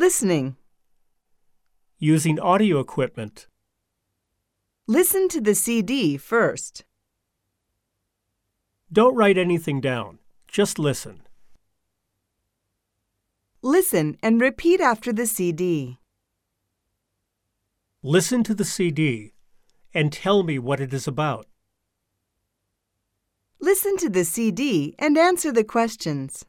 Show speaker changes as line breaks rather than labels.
Listening.
using audio equipment,
Listen to the CD first.
don't write anything down, just listen.
Listen and repeat after the CD.
Listen to the CD and tell me what it is about.
Listen to the CD and answer the questions.